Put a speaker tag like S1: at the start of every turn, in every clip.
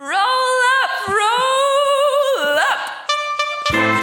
S1: Roll up, roll up.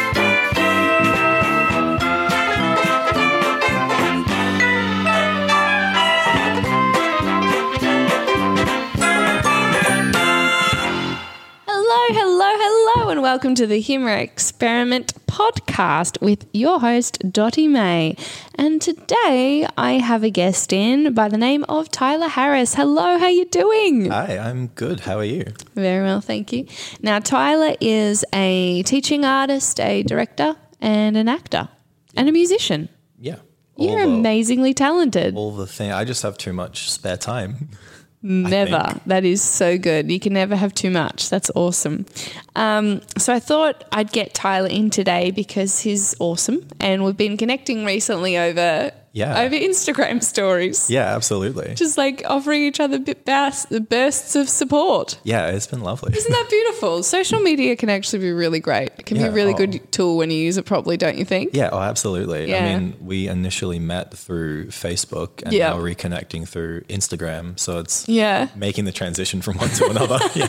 S2: Hello, hello, hello, and welcome to the Humour Experiment podcast with your host, Dottie May. And today I have a guest in by the name of Tyler Harris. Hello, how you doing?
S3: Hi, I'm good. How are you?
S2: Very well, thank you. Now, Tyler is a teaching artist, a director, and an actor, and a musician.
S3: Yeah.
S2: You're
S3: all the,
S2: amazingly talented.
S3: All the thing. I just have too much spare time.
S2: Never. That is so good. You can never have too much. That's awesome. Um, so I thought I'd get Tyler in today because he's awesome, and we've been connecting recently over
S3: Yeah.
S2: over Instagram stories,
S3: Yeah, absolutely.
S2: just like offering each other bit bursts, bursts of support.
S3: Yeah, it's been lovely.
S2: Isn't that beautiful? Social media can actually be really great. It can be
S3: Yeah,
S2: a really
S3: oh.
S2: good tool when you use it properly, don't you think?
S3: Yeah, oh, absolutely.
S2: Yeah.
S3: I mean, we initially met through Facebook and
S2: Yeah.
S3: now reconnecting through Instagram. So it's
S2: Yeah.
S3: making the transition from one to another. yeah.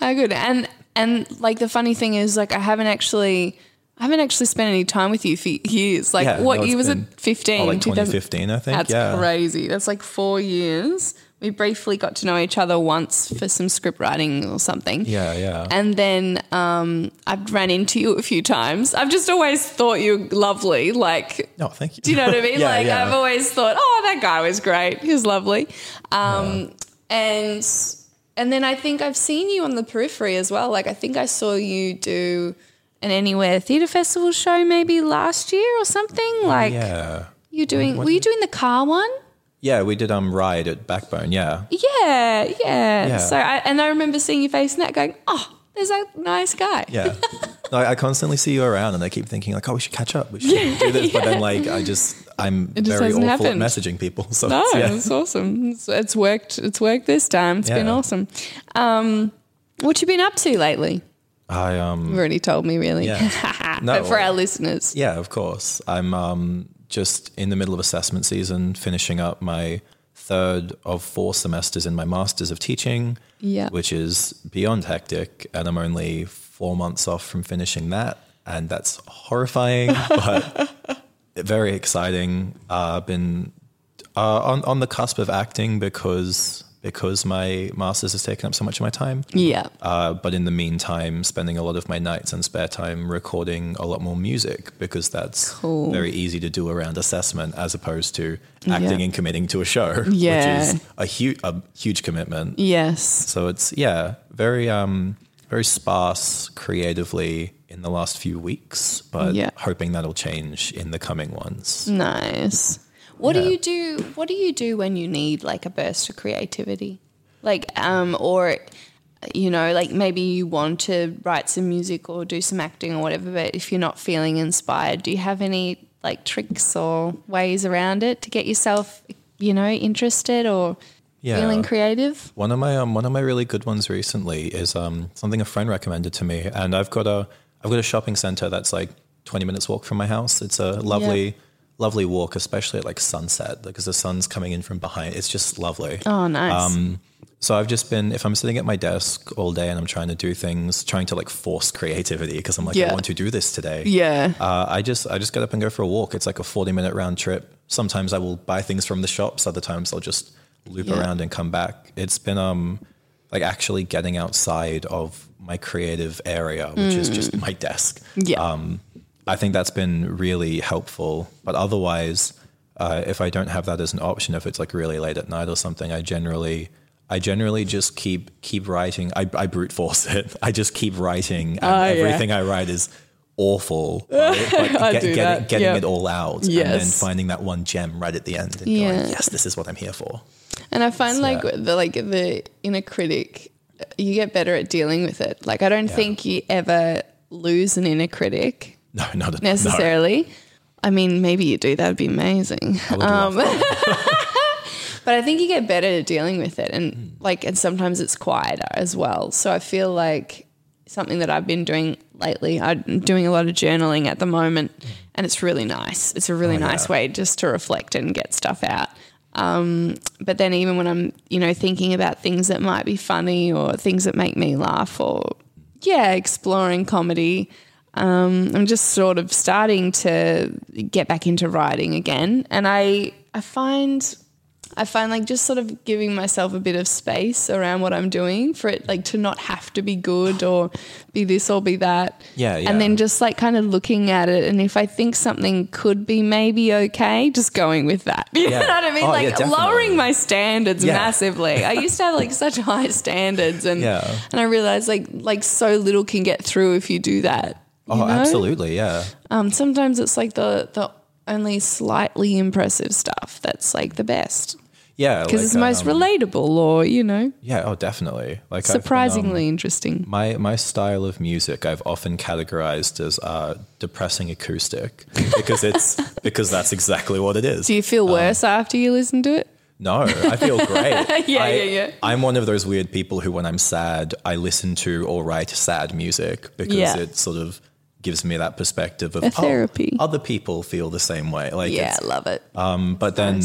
S2: How good. And and like the funny thing is like I haven't actually I haven't actually spent any time with you for years. Like
S3: Yeah,
S2: what
S3: no, it's
S2: year was
S3: been-
S2: it? 15.
S3: Oh, like
S2: 2000
S3: 2015, I think.
S2: That's
S3: yeah.
S2: crazy. That's like 4 years. We briefly got to know each other once for some script writing or something.
S3: Yeah, yeah.
S2: And then um, I've ran into you a few times. I've just always thought you were lovely. Like
S3: no, thank you.
S2: do you know what I mean?
S3: yeah,
S2: like
S3: yeah.
S2: I've always thought, oh, that guy was great. He was lovely. Um, And and then I think I've seen you on the periphery as well. Like I think I saw you do an Anywhere Theatre Festival show maybe last year or something. Like
S3: Oh, Yeah.
S2: you doing? Were you doing the car one?
S3: Yeah, we did um ride at Backbone. Yeah.
S2: Yeah, yeah.
S3: Yeah.
S2: So I, and I remember seeing your face in that, going, oh, there's a nice guy.
S3: Yeah. No, I I constantly see you around and I keep thinking like, oh, we should catch up. We should do this. But then like, I just, I'm
S2: just
S3: very
S2: hasn't
S3: awful
S2: happened.
S3: at messaging people. So
S2: No,
S3: it's- yeah.
S2: it's awesome. It's, it's worked. It's worked this time. It's been
S3: Yeah.
S2: awesome. Um, what you been up to lately?
S3: I, um,
S2: You've already told me, really.
S3: Yeah.
S2: but for
S3: No.
S2: our listeners,
S3: Yeah, of course. I'm um, just in the middle of assessment season, finishing up my third of four semesters in my Masters of Teaching,
S2: Yeah.
S3: which is beyond hectic. And I'm only four months off from finishing that. And that's horrifying, but very exciting. Uh, been uh, on, on the cusp of acting because because my master's has taken up so much of my time.
S2: yeah,
S3: Uh, but in the meantime, spending a lot of my nights and spare time recording a lot more music because that's
S2: Cool.
S3: very easy to do around assessment as opposed to acting
S2: Yeah.
S3: and committing to a show,
S2: Yeah.
S3: which is a huge, a huge commitment.
S2: yes,
S3: So it's yeah, very um, very sparse creatively in the last few weeks, but
S2: Yeah.
S3: hoping that'll change in the coming ones.
S2: nice. What do
S3: Yeah.
S2: you do? What do you do when you need like a burst of creativity, like um, or you know, like maybe you want to write some music or do some acting or whatever, but if you're not feeling inspired, do you have any like tricks or ways around it to get yourself, you know, interested or
S3: Yeah.
S2: feeling creative?
S3: One of my um, one of my really good ones recently is um, something a friend recommended to me, and I've got a I've got a shopping center that's like twenty minutes walk from my house. It's a lovely lovely walk, especially at like sunset because the sun's coming in from behind. It's just lovely.
S2: Oh, nice.
S3: Um, So I've just been if I'm sitting at my desk all day and I'm trying to do things, trying to like force creativity because I'm like
S2: Yeah.
S3: I want to do this today.
S2: yeah.
S3: Uh, I just I just get up and go for a walk. It's like a forty minute round trip. Sometimes I will buy things from the shops. Other times I'll just loop
S2: Yeah.
S3: around and come back. It's been um like actually getting outside of my creative area, which is just my desk.
S2: Mm. Yeah.
S3: Um, I think that's been really helpful. But otherwise, uh, if I don't have that as an option, if it's like really late at night or something, I generally. I generally just keep keep writing. I, I brute force it. I just keep writing,
S2: Oh,
S3: and everything I write is awful. right? But
S2: I
S3: get-
S2: do
S3: get it-
S2: that,
S3: getting
S2: yeah.
S3: it all out, and then
S2: Yes.
S3: finding that one gem right at the end, and
S2: Yeah.
S3: going, "Yes, this is what I'm here for."
S2: And I find like
S3: yeah.
S2: the like the inner critic, you get better at dealing with it. Like I don't think you ever lose an inner critic
S3: No, not at- no.
S2: necessarily. I mean, maybe you do. That'd be amazing. Um, but I think you get better at dealing with it, and like, and sometimes it's quieter as well. So I feel like something that I've been doing lately. I'm doing a lot of journaling at the moment, and it's really nice. It's a really nice way just to reflect and get stuff out. Um, but then even when I'm, you know, thinking about things that might be funny or things that make me laugh or yeah, exploring comedy. Um, I'm just sort of starting to get back into writing again, and I I find I find like just sort of giving myself a bit of space around what I'm doing for it, like to not have to be good or be this or be that.
S3: Yeah, yeah.
S2: And then just like kind of looking at it, and if I think something could be maybe okay, just going with that. You
S3: Yeah.
S2: know what I mean?
S3: Oh, yeah,
S2: like
S3: definitely.
S2: lowering my standards
S3: Yeah.
S2: massively. I used to have like such high standards, and
S3: Yeah.
S2: and I realized like like so little can get through if you do that.
S3: Oh, absolutely, yeah.
S2: Um, sometimes it's like the the only slightly impressive stuff that's like the best
S3: Yeah. um,
S2: because it's the most relatable or you know
S3: Yeah, oh, definitely. Like I've been, um,
S2: surprisingly interesting.
S3: my my style of music I've often categorized as uh, depressing acoustic because it's because that's exactly what it is.
S2: Do you feel worse after you listen to it?
S3: No, I feel great.
S2: Yeah,
S3: I,
S2: yeah, yeah.
S3: I'm one of those weird people who, when I'm sad, I listen to or write sad music because
S2: Yeah.
S3: it sort of gives me that perspective of
S2: A therapy.
S3: Oh, other people feel the same way. Like,
S2: Yeah,
S3: it's-
S2: I love it.
S3: um, but then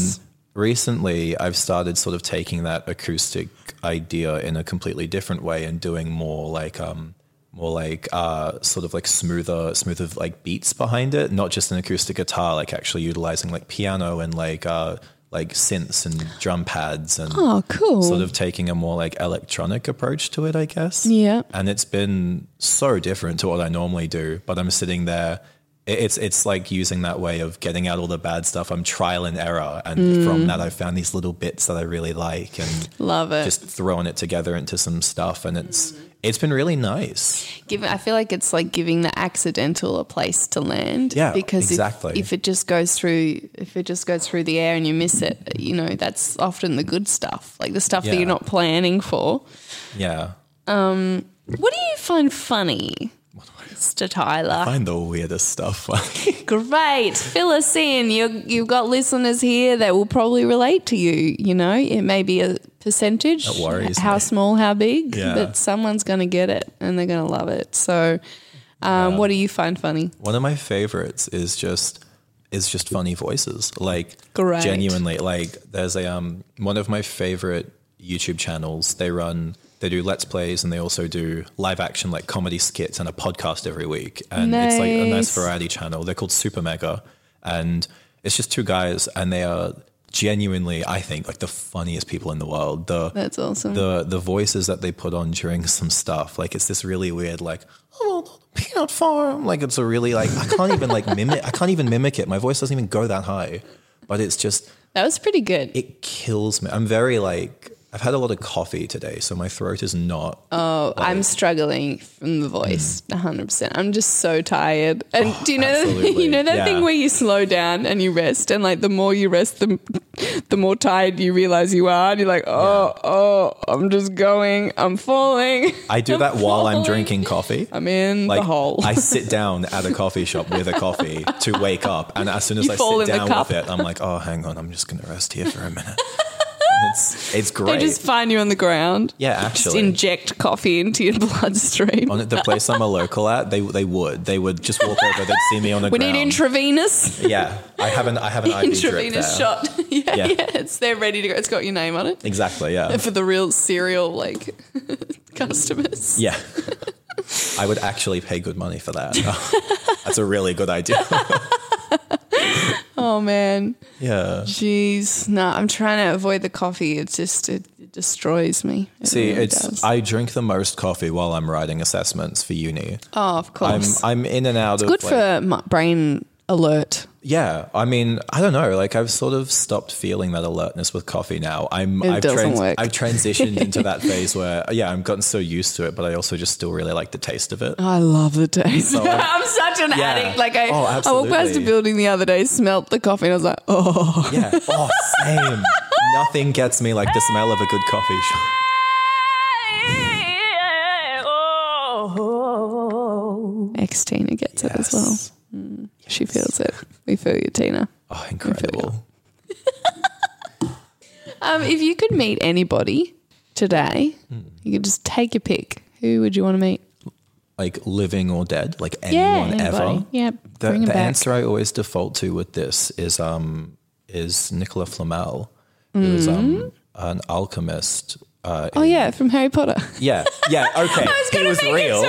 S3: recently, I've started sort of taking that acoustic idea in a completely different way and doing more like um, more like uh, sort of like smoother, smoother like beats behind it, not just an acoustic guitar, like actually utilizing like piano and like uh, like synths and drum pads and
S2: oh, cool.
S3: sort of taking a more like electronic approach to it, I guess.
S2: Yeah.
S3: And it's been so different to what I normally do, but I'm sitting there. it- It's it's like using that way of getting out all the bad stuff. I'm trial and error, and from that, I've found these little bits that I really like, and
S2: Mm. love it. Mm-hmm.
S3: just throwing it together into some stuff. And it's it's been really nice.
S2: Give, I feel like it's like giving the accidental a place to land.
S3: Yeah,
S2: because if-
S3: exactly.
S2: If, it just goes through, if it just goes through the air and you miss it, you know that's often the good stuff, like the stuff that
S3: Yeah.
S2: you're not planning for.
S3: Yeah,
S2: What do you find funny, Mr. Tyler?
S3: find the weirdest stuff.
S2: Great, fill us in. You you've got listeners here that will probably relate to you. You know, it may be a percentage,
S3: That worries
S2: how
S3: me.
S2: small, how big,
S3: Yeah.
S2: but someone's going to get it and they're going to love it. So, um, what do you find funny?
S3: One of my favorites is just is just funny voices. Like
S2: Great.
S3: genuinely like there's a um one of my favorite YouTube channels. They run they do let's plays and they also do live action like comedy skits and a podcast every week. And it's like a nice
S2: Nice.
S3: variety channel. They're called Super Mega and it's just two guys and they are genuinely I think like the funniest people in the world. The
S2: That's awesome.
S3: the the voices that they put on during some stuff. Like it's this really weird like oh peanut farm. Like it's a really like I can't even like mimic I can't even mimic it. My voice doesn't even go that high. But it's just
S2: That was pretty good.
S3: it kills me. I'm very like I've had a lot of coffee today, so my throat is not
S2: Uh, I'm struggling from the voice,
S3: Mm.
S2: 100%. I'm just so tired. And do you know
S3: Oh, absolutely.
S2: you know that
S3: Yeah.
S2: thing where you slow down and you rest and like the more you rest the the more tired you realize you are and you're like, "Oh, oh, I'm just going. I'm falling.
S3: I do that while I'm
S2: falling.
S3: drinking coffee.
S2: I'm in the hole."
S3: I sit down at a coffee shop with a coffee to wake up, and as soon as
S2: You
S3: I
S2: fall
S3: sit
S2: in the
S3: down
S2: cup.
S3: with it, I'm like, oh, hang on, I'm just gonna rest here for a minute. And it's it's
S2: They
S3: great.
S2: just find you on the ground.
S3: yeah,
S2: Just
S3: actually,
S2: inject coffee into your bloodstream.
S3: on the place I'm a local at, they they would they would just walk over. They'd see me on the
S2: we
S3: ground.
S2: need intravenous
S3: yeah, I have an I have an IV drip there.
S2: intravenous shot. yeah,
S3: Yeah.
S2: yeah, It's there ready to go. It's got your name on it.
S3: Exactly. Yeah.
S2: for the real serial like customers.
S3: yeah. I would actually pay good money for that. That's a really good idea.
S2: Oh man,
S3: yeah.
S2: jeez, no, I'm trying to avoid the coffee. It's just it, it destroys me. It
S3: See,
S2: really
S3: it's
S2: does.
S3: I drink the most coffee while I'm writing assessments for uni.
S2: oh, of
S3: I'm
S2: course,
S3: I'm in and out of
S2: good
S3: like-
S2: for my brain alert.
S3: yeah. I mean, I don't know. Like I've sort of stopped feeling that alertness with coffee now. I'm
S2: It
S3: I've,
S2: doesn't work.
S3: I've transitioned into that phase where yeah, I've gotten so used to it, but I also just still really like the taste of it.
S2: I love the taste. I'm such an
S3: Yeah.
S2: addict. Like I,
S3: Oh,
S2: I walked past a
S3: absolutely.
S2: building the other day, smelled the coffee, and I was like, oh,
S3: Yeah. Oh, same. Nothing gets me like the smell of a good coffee shop.
S1: Oh.
S2: Ex Tina gets it as well.
S3: Yes.
S2: She feels it. We feel you, Tina.
S3: Oh, incredible.
S2: Um, if you could meet anybody today, you could just take your pick. Who would you want to meet?
S3: Like living or dead, like
S2: Yeah,
S3: anyone
S2: anybody.
S3: ever.
S2: Yeah,
S3: The,
S2: bring 'em
S3: the
S2: back.
S3: answer I always default to with this is um is Nicola Flamel, who
S2: Mm.
S3: is um an alchemist. Uh,
S2: Oh yeah, from Harry Potter.
S3: yeah, yeah, okay. he was real.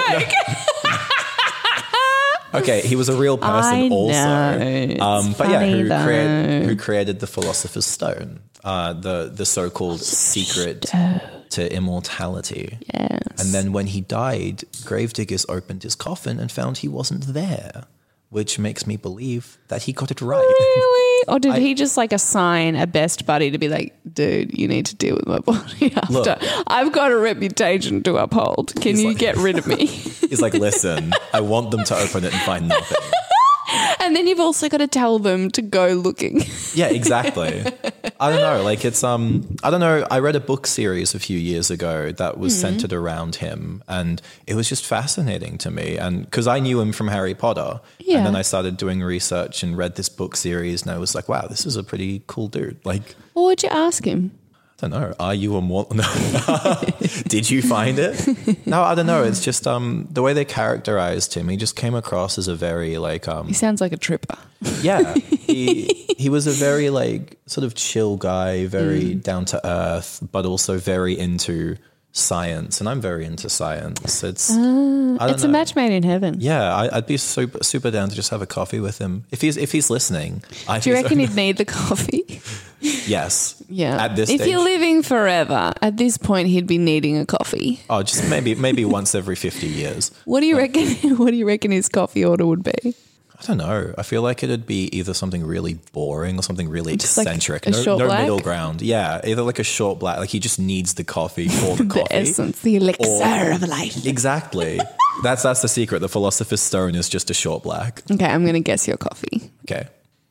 S3: okay, he was a real person
S2: I
S3: also.
S2: know, it's
S3: Um, but yeah,
S2: funny
S3: who, create,
S2: though.
S3: who created the Philosopher's Stone, uh, the the so
S2: Oh,
S3: called secret to immortality.
S2: Yes.
S3: And then when he died, gravediggers opened his coffin and found he wasn't there, which makes me believe that he got it right.
S2: Really? Or did he just like assign a best buddy to be like, dude, you need to deal with my body after
S3: Look.
S2: I've got a reputation to uphold. Can you
S3: like-
S2: get rid of me?
S3: He's like, listen, I want them to open it and find nothing.
S2: and then you've also got to tell them to go looking.
S3: Yeah, exactly. I don't know. Like it's um I don't know. I read a book series a few years ago that was centered around him and it was just fascinating to me and cuz I knew him from Harry Potter
S2: Yeah.
S3: and then I started doing research and read this book series and I was like, wow, this is a pretty cool dude. Like
S2: or would you ask him?
S3: I don't know. Are you a mor- No. Did you find it? No, I don't know. It's just um the way they characterized him. He just came across as a very like um
S2: He sounds like a tripper.
S3: yeah, he he was a very like sort of chill guy, very
S2: Mm.
S3: down to earth, but also very into science. And I'm very into science. It's
S2: Ah.
S3: I don't
S2: It's
S3: know.
S2: a match made in heaven.
S3: yeah, I, I'd be super super down to just have a coffee with him if he's if he's listening. I
S2: Do you reckon he'd need the coffee?
S3: yes?
S2: Yeah.
S3: At this
S2: if
S3: stage,
S2: you're living forever, at this point he'd be needing a coffee.
S3: oh, just maybe maybe once every fifty years.
S2: What do you reckon what do you reckon his coffee order would be?
S3: I don't know. I feel like it'd be either something really boring or something really
S2: Just like
S3: eccentric.
S2: a
S3: no
S2: short
S3: no
S2: black?
S3: middle ground. Yeah, either like a short black, like he just needs the coffee for the, coffee.
S2: The essence, the elixir of life.
S3: Exactly. that's that's the secret. The philosopher's stone is just a short black.
S2: Okay, I'm gonna guess your coffee.
S3: Okay.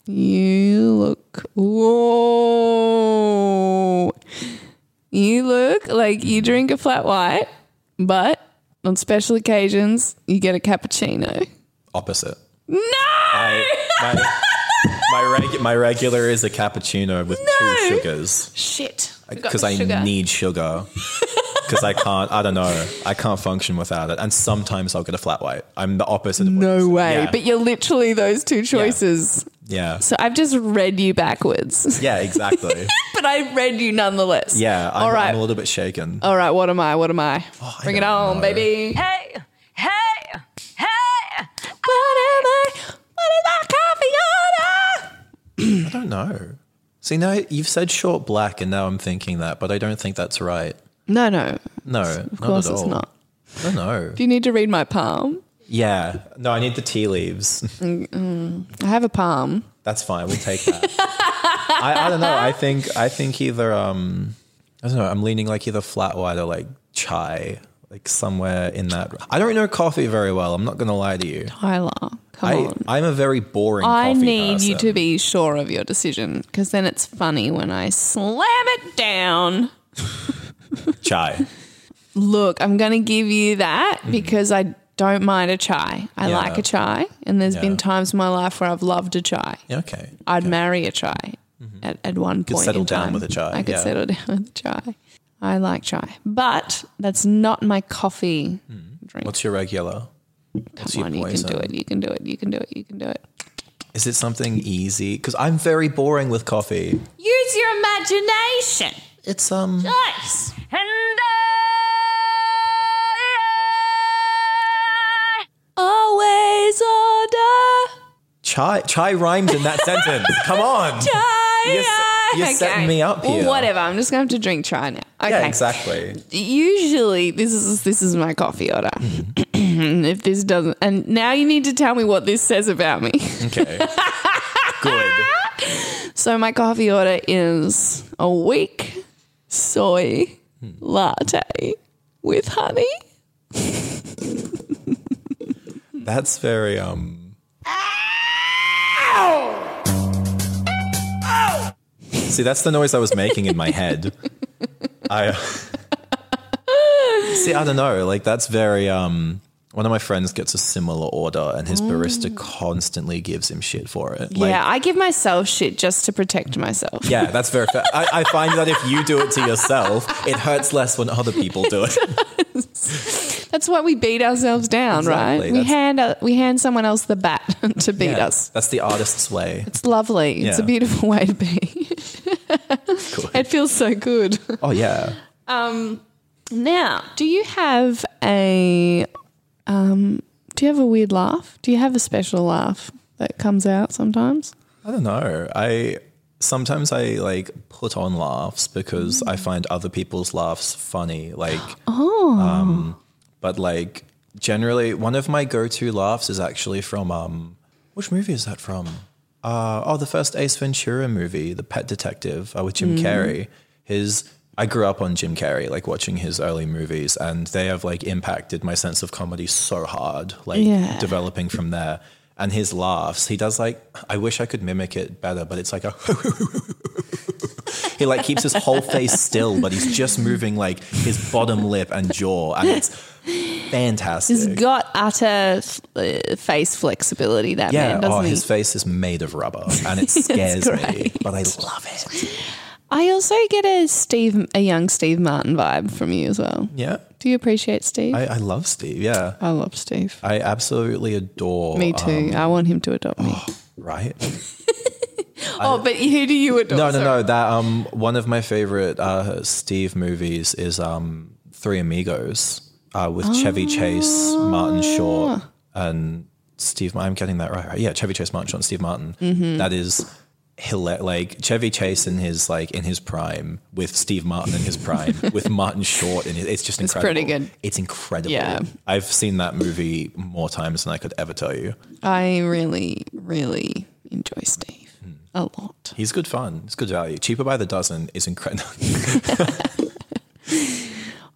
S2: You look. Whoa. You look like you drink a flat white, but on special occasions, you get a cappuccino.
S3: Opposite.
S2: No!
S3: I, my my, regu- my regular is a cappuccino with two sugars
S2: Shit. Forgot
S3: because
S2: the
S3: I
S2: sugar.
S3: need sugar. Because I can't, I don't know, I can't function without it. And sometimes I'll get a flat white. I'm the opposite. Of what you
S2: No
S3: said.
S2: way.
S3: Yeah.
S2: But you're literally those two choices.
S3: yeah,
S2: So I've just read you backwards,
S3: yeah, exactly.
S2: but I read you nonetheless.
S3: Yeah, I'm,
S2: All right.
S3: I'm a little bit shaken.
S2: All right. What am I? What am I?
S3: I
S2: Bring it
S3: don't
S2: on,
S3: know.
S2: baby.
S1: Hey, hey, hey.
S2: What am I? What is my coffee order?
S3: I don't know. See, now you've said short black, and now I'm thinking that, but I don't think that's right.
S2: No, no.
S3: No,
S2: Of course
S3: not at
S2: it's
S3: all.
S2: not.
S3: No, no.
S2: Do you need to read my palm?
S3: Yeah. No, I need the tea leaves.
S2: I have a palm.
S3: That's fine. We'll take that. I, I don't know. I think I think either um I don't know. I'm leaning like either flat white or like chai, like somewhere in that. I don't know coffee very well. I'm not gonna lie to you.
S2: Tyler, come
S3: I
S2: on.
S3: I'm a very boring.
S2: I
S3: coffee
S2: need you
S3: person.
S2: to be sure of your decision because then it's funny when I slam it down.
S3: chai.
S2: Look, I'm going to give you that because I don't mind a chai. I
S3: Mm-hmm. Yeah.
S2: like a chai, and there's
S3: Yeah.
S2: been times in my life where I've loved a chai.
S3: Yeah, okay. Mm-hmm.
S2: I'd marry a chai at, at one point.
S3: settle
S2: in
S3: down
S2: time.
S3: with a chai,
S2: I could
S3: yeah.
S2: settle down with a chai. I like chai, but that's not my coffee drink.
S3: What's your regular? What's
S2: Come on, you can
S3: Mm, poison?
S2: do it. You can do it. You can do it. You can do it.
S3: Is it something easy? Because I'm very boring with coffee.
S1: Use your imagination.
S3: It's um.
S1: Nice. And I
S2: Always order.
S3: Chai chai rhymes in that sentence. Come on. You're, s- you're setting me up here.
S2: Well, whatever. I'm just going to have to drink chai now. Okay.
S3: Yeah, exactly.
S2: Usually, this is this is my coffee order.
S3: Mm-hmm.
S2: And if this doesn't, and now you need to tell me what this says about me.
S3: Okay. Good.
S2: so my coffee order is a weak soy
S3: Hmm.
S2: latte with honey.
S3: That's very um See, that's the noise I was making in my head. I see. I don't know. Like that's very. um One of my friends gets a similar order, and his barista constantly gives him shit for it. Like,
S2: yeah, I give myself shit just to protect myself.
S3: yeah, that's very. Fa- I, I find that if you do it to yourself, it hurts less when other people do it.
S2: That's why we beat ourselves down,
S3: Exactly,
S2: right? We
S3: that's-
S2: hand uh, we hand someone else the bat to beat
S3: Yeah,
S2: us.
S3: That's the artist's way.
S2: It's lovely. It's a
S3: Yeah.
S2: beautiful way to be. it feels so good.
S3: Oh yeah.
S2: Now, do you have a um do you have a weird laugh? Do you have a special laugh that comes out sometimes?
S3: I don't know. I sometimes I like put on laughs because I find other people's laughs funny. Like oh, um, but like generally, one of my go-to laughs is actually from um, which movie is that from? Uh, oh, the first Ace Ventura movie, The Pet Detective, uh, with Jim Carrey. His I grew up on Jim Carrey, like watching his early movies, and they have like impacted my sense of comedy so hard. Like
S2: Yeah.
S3: developing from there. And his laughs, he does like I wish I could mimic it better, but it's like a he like keeps his whole face still, but he's just moving like his bottom lip and jaw, and it's fantastic.
S2: He's got utter uh, face flexibility that
S3: yeah,
S2: man, doesn't
S3: oh,
S2: he?
S3: his face is made of rubber, and it scares me, but I love it.
S2: I also get a Steve a young Steve Martin vibe from you as well.
S3: Yeah,
S2: Do you appreciate Steve?
S3: I, I love Steve. Yeah,
S2: I love Steve.
S3: I um, absolutely adore.
S2: Me too. I want him to adopt me.
S3: Right.
S2: Oh, but who do you adopt?
S3: No, no, no. That um, one of my favorite uh, Steve movies is um, Three Amigos uh, with Chevy Chase, Martin
S2: Ah.
S3: Short, and Steve. I'm getting that right, right? Yeah, Chevy Chase, Martin Short, and Steve Martin.
S2: Mm-hmm.
S3: That is hila- like Chevy Chase in his like in his prime with Steve Martin in his prime with Martin Short and it's just incredible.
S2: pretty good.
S3: It's incredible.
S2: Yeah.
S3: I've seen that movie more times than I could ever tell you.
S2: I really, really enjoy Steve
S3: Hmm.
S2: a lot.
S3: He's good fun. It's good value. Cheaper by the dozen is incredible.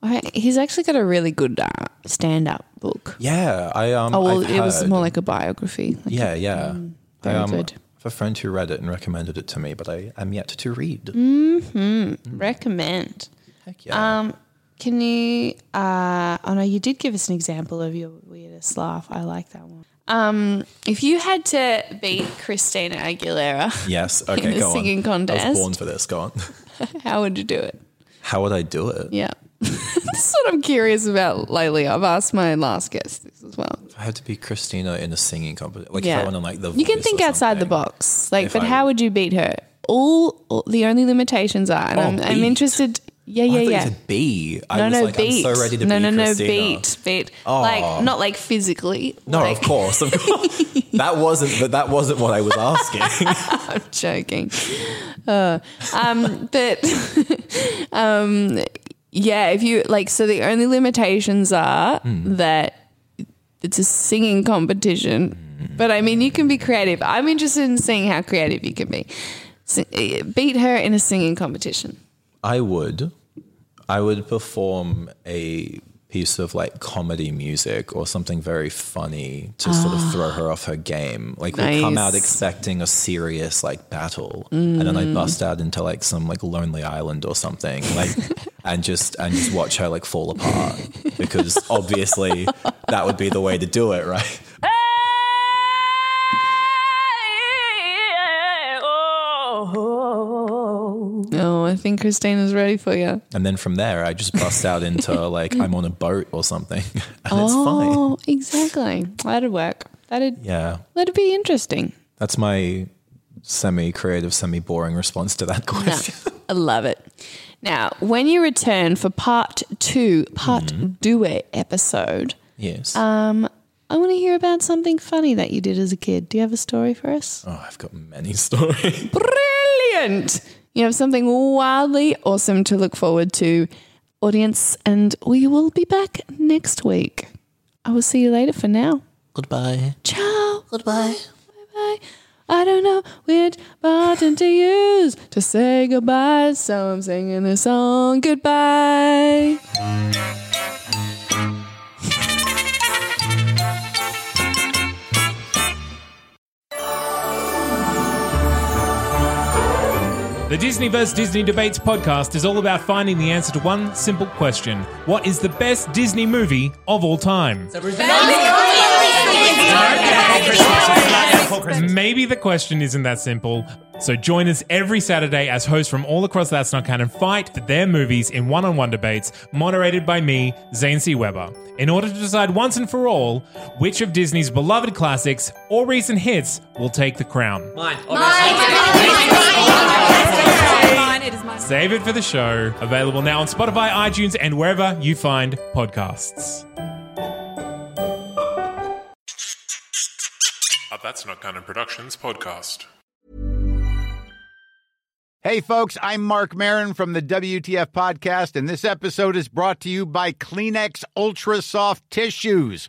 S2: I, he's actually got a really good uh, stand-up book.
S3: yeah, I um.
S2: Oh, well,
S3: I've
S2: it was
S3: heard.
S2: more like a biography. Like,
S3: Yeah, yeah.
S2: very
S3: I, um,
S2: good.
S3: have a friend who read it and recommended it to me, but I am yet to read.
S2: Mm. Recommend.
S3: Heck yeah.
S2: Um, Can you? Uh, oh no, you did give us an example of your weirdest laugh. I like that one. Um, if you had to beat Christina Aguilera,
S3: yes.
S2: in
S3: Okay,
S2: the
S3: go
S2: singing
S3: on. I
S2: contest.
S3: was born for this. Go on.
S2: how would you do it?
S3: How would I do it?
S2: Yeah. That's what I'm curious about lately. I've asked my last guest this as well.
S3: If I had to be Christina in a singing competition. Like if I want to like the
S2: you can
S3: Voice
S2: think
S3: or
S2: outside the
S3: something.
S2: box, like,
S3: If
S2: but
S3: I-
S2: how would you beat her? All, all- the only limitations are, and
S3: Oh,
S2: I'm, I'm
S3: beat.
S2: interested. Yeah, yeah,
S3: I thought
S2: yeah.
S3: you said B. I
S2: No,
S3: was
S2: no,
S3: like,
S2: beat.
S3: I'm so ready to
S2: no,
S3: be
S2: no, no,
S3: Christina.
S2: beat, beat.
S3: Oh.
S2: Like not like physically.
S3: No,
S2: like,
S3: of course, of course. that wasn't but that wasn't what I was asking.
S2: joking. Uh, um, but um, yeah, if you like, so the only limitations are
S3: Hmm.
S2: that it's a singing competition.
S3: Hmm.
S2: But I mean, you can be creative. I'm interested in seeing how creative you can be. Sing- eh, beat her in a singing competition.
S3: I would. I would perform a piece of like comedy music or something very funny to sort of throw her off her game. Like we come out
S2: Ah. Nice. Mm.
S3: expecting a serious like battle and then I bust out into like some like lonely island or something. Like and just and just watch her like fall apart. Because obviously that would be the way to do it, right?
S1: Hey, oh.
S2: Oh, I think Christina's ready for you.
S3: And then from there I just bust out into like I'm on a boat or something. And it's fine.
S2: Oh, exactly. That'd work. That'd
S3: Yeah.
S2: that'd be interesting.
S3: That's my semi creative, semi boring response to that question.
S2: I love it. Now, when you return for part two, part
S3: Mm-hmm.
S2: duet episode,
S3: yes.
S2: I want to hear about something funny that you did as a kid. Do you have a story for us?
S3: oh, I've got many stories.
S2: Brilliant! You have something wildly awesome to look forward to, audience, and we will be back next week. I will see you later for now.
S3: Goodbye.
S2: Ciao. Goodbye. Bye bye. I don't know which button to use to say goodbye, so I'm singing this song. Goodbye.
S4: The Disney vs. Disney Debates podcast is all about finding the answer to one simple question What is the best Disney movie of all time? Maybe the question isn't that simple. So join us every Saturday as hosts from all across That's Not Canon fight for their movies in one-on-one debates moderated by me, Zane C. Weber, in order to decide once and for all which of Disney's beloved classics or recent hits will take the crown.
S5: Mine.
S6: Mine. It is mine.
S4: Save it for the show. Available now on Spotify, iTunes, and wherever you find podcasts.
S7: A Uh, That's Not Canon Productions podcast.
S8: Hey, folks, I'm Mark Marin from the WTF Podcast, and this episode is brought to you by Kleenex Ultra Soft Tissues,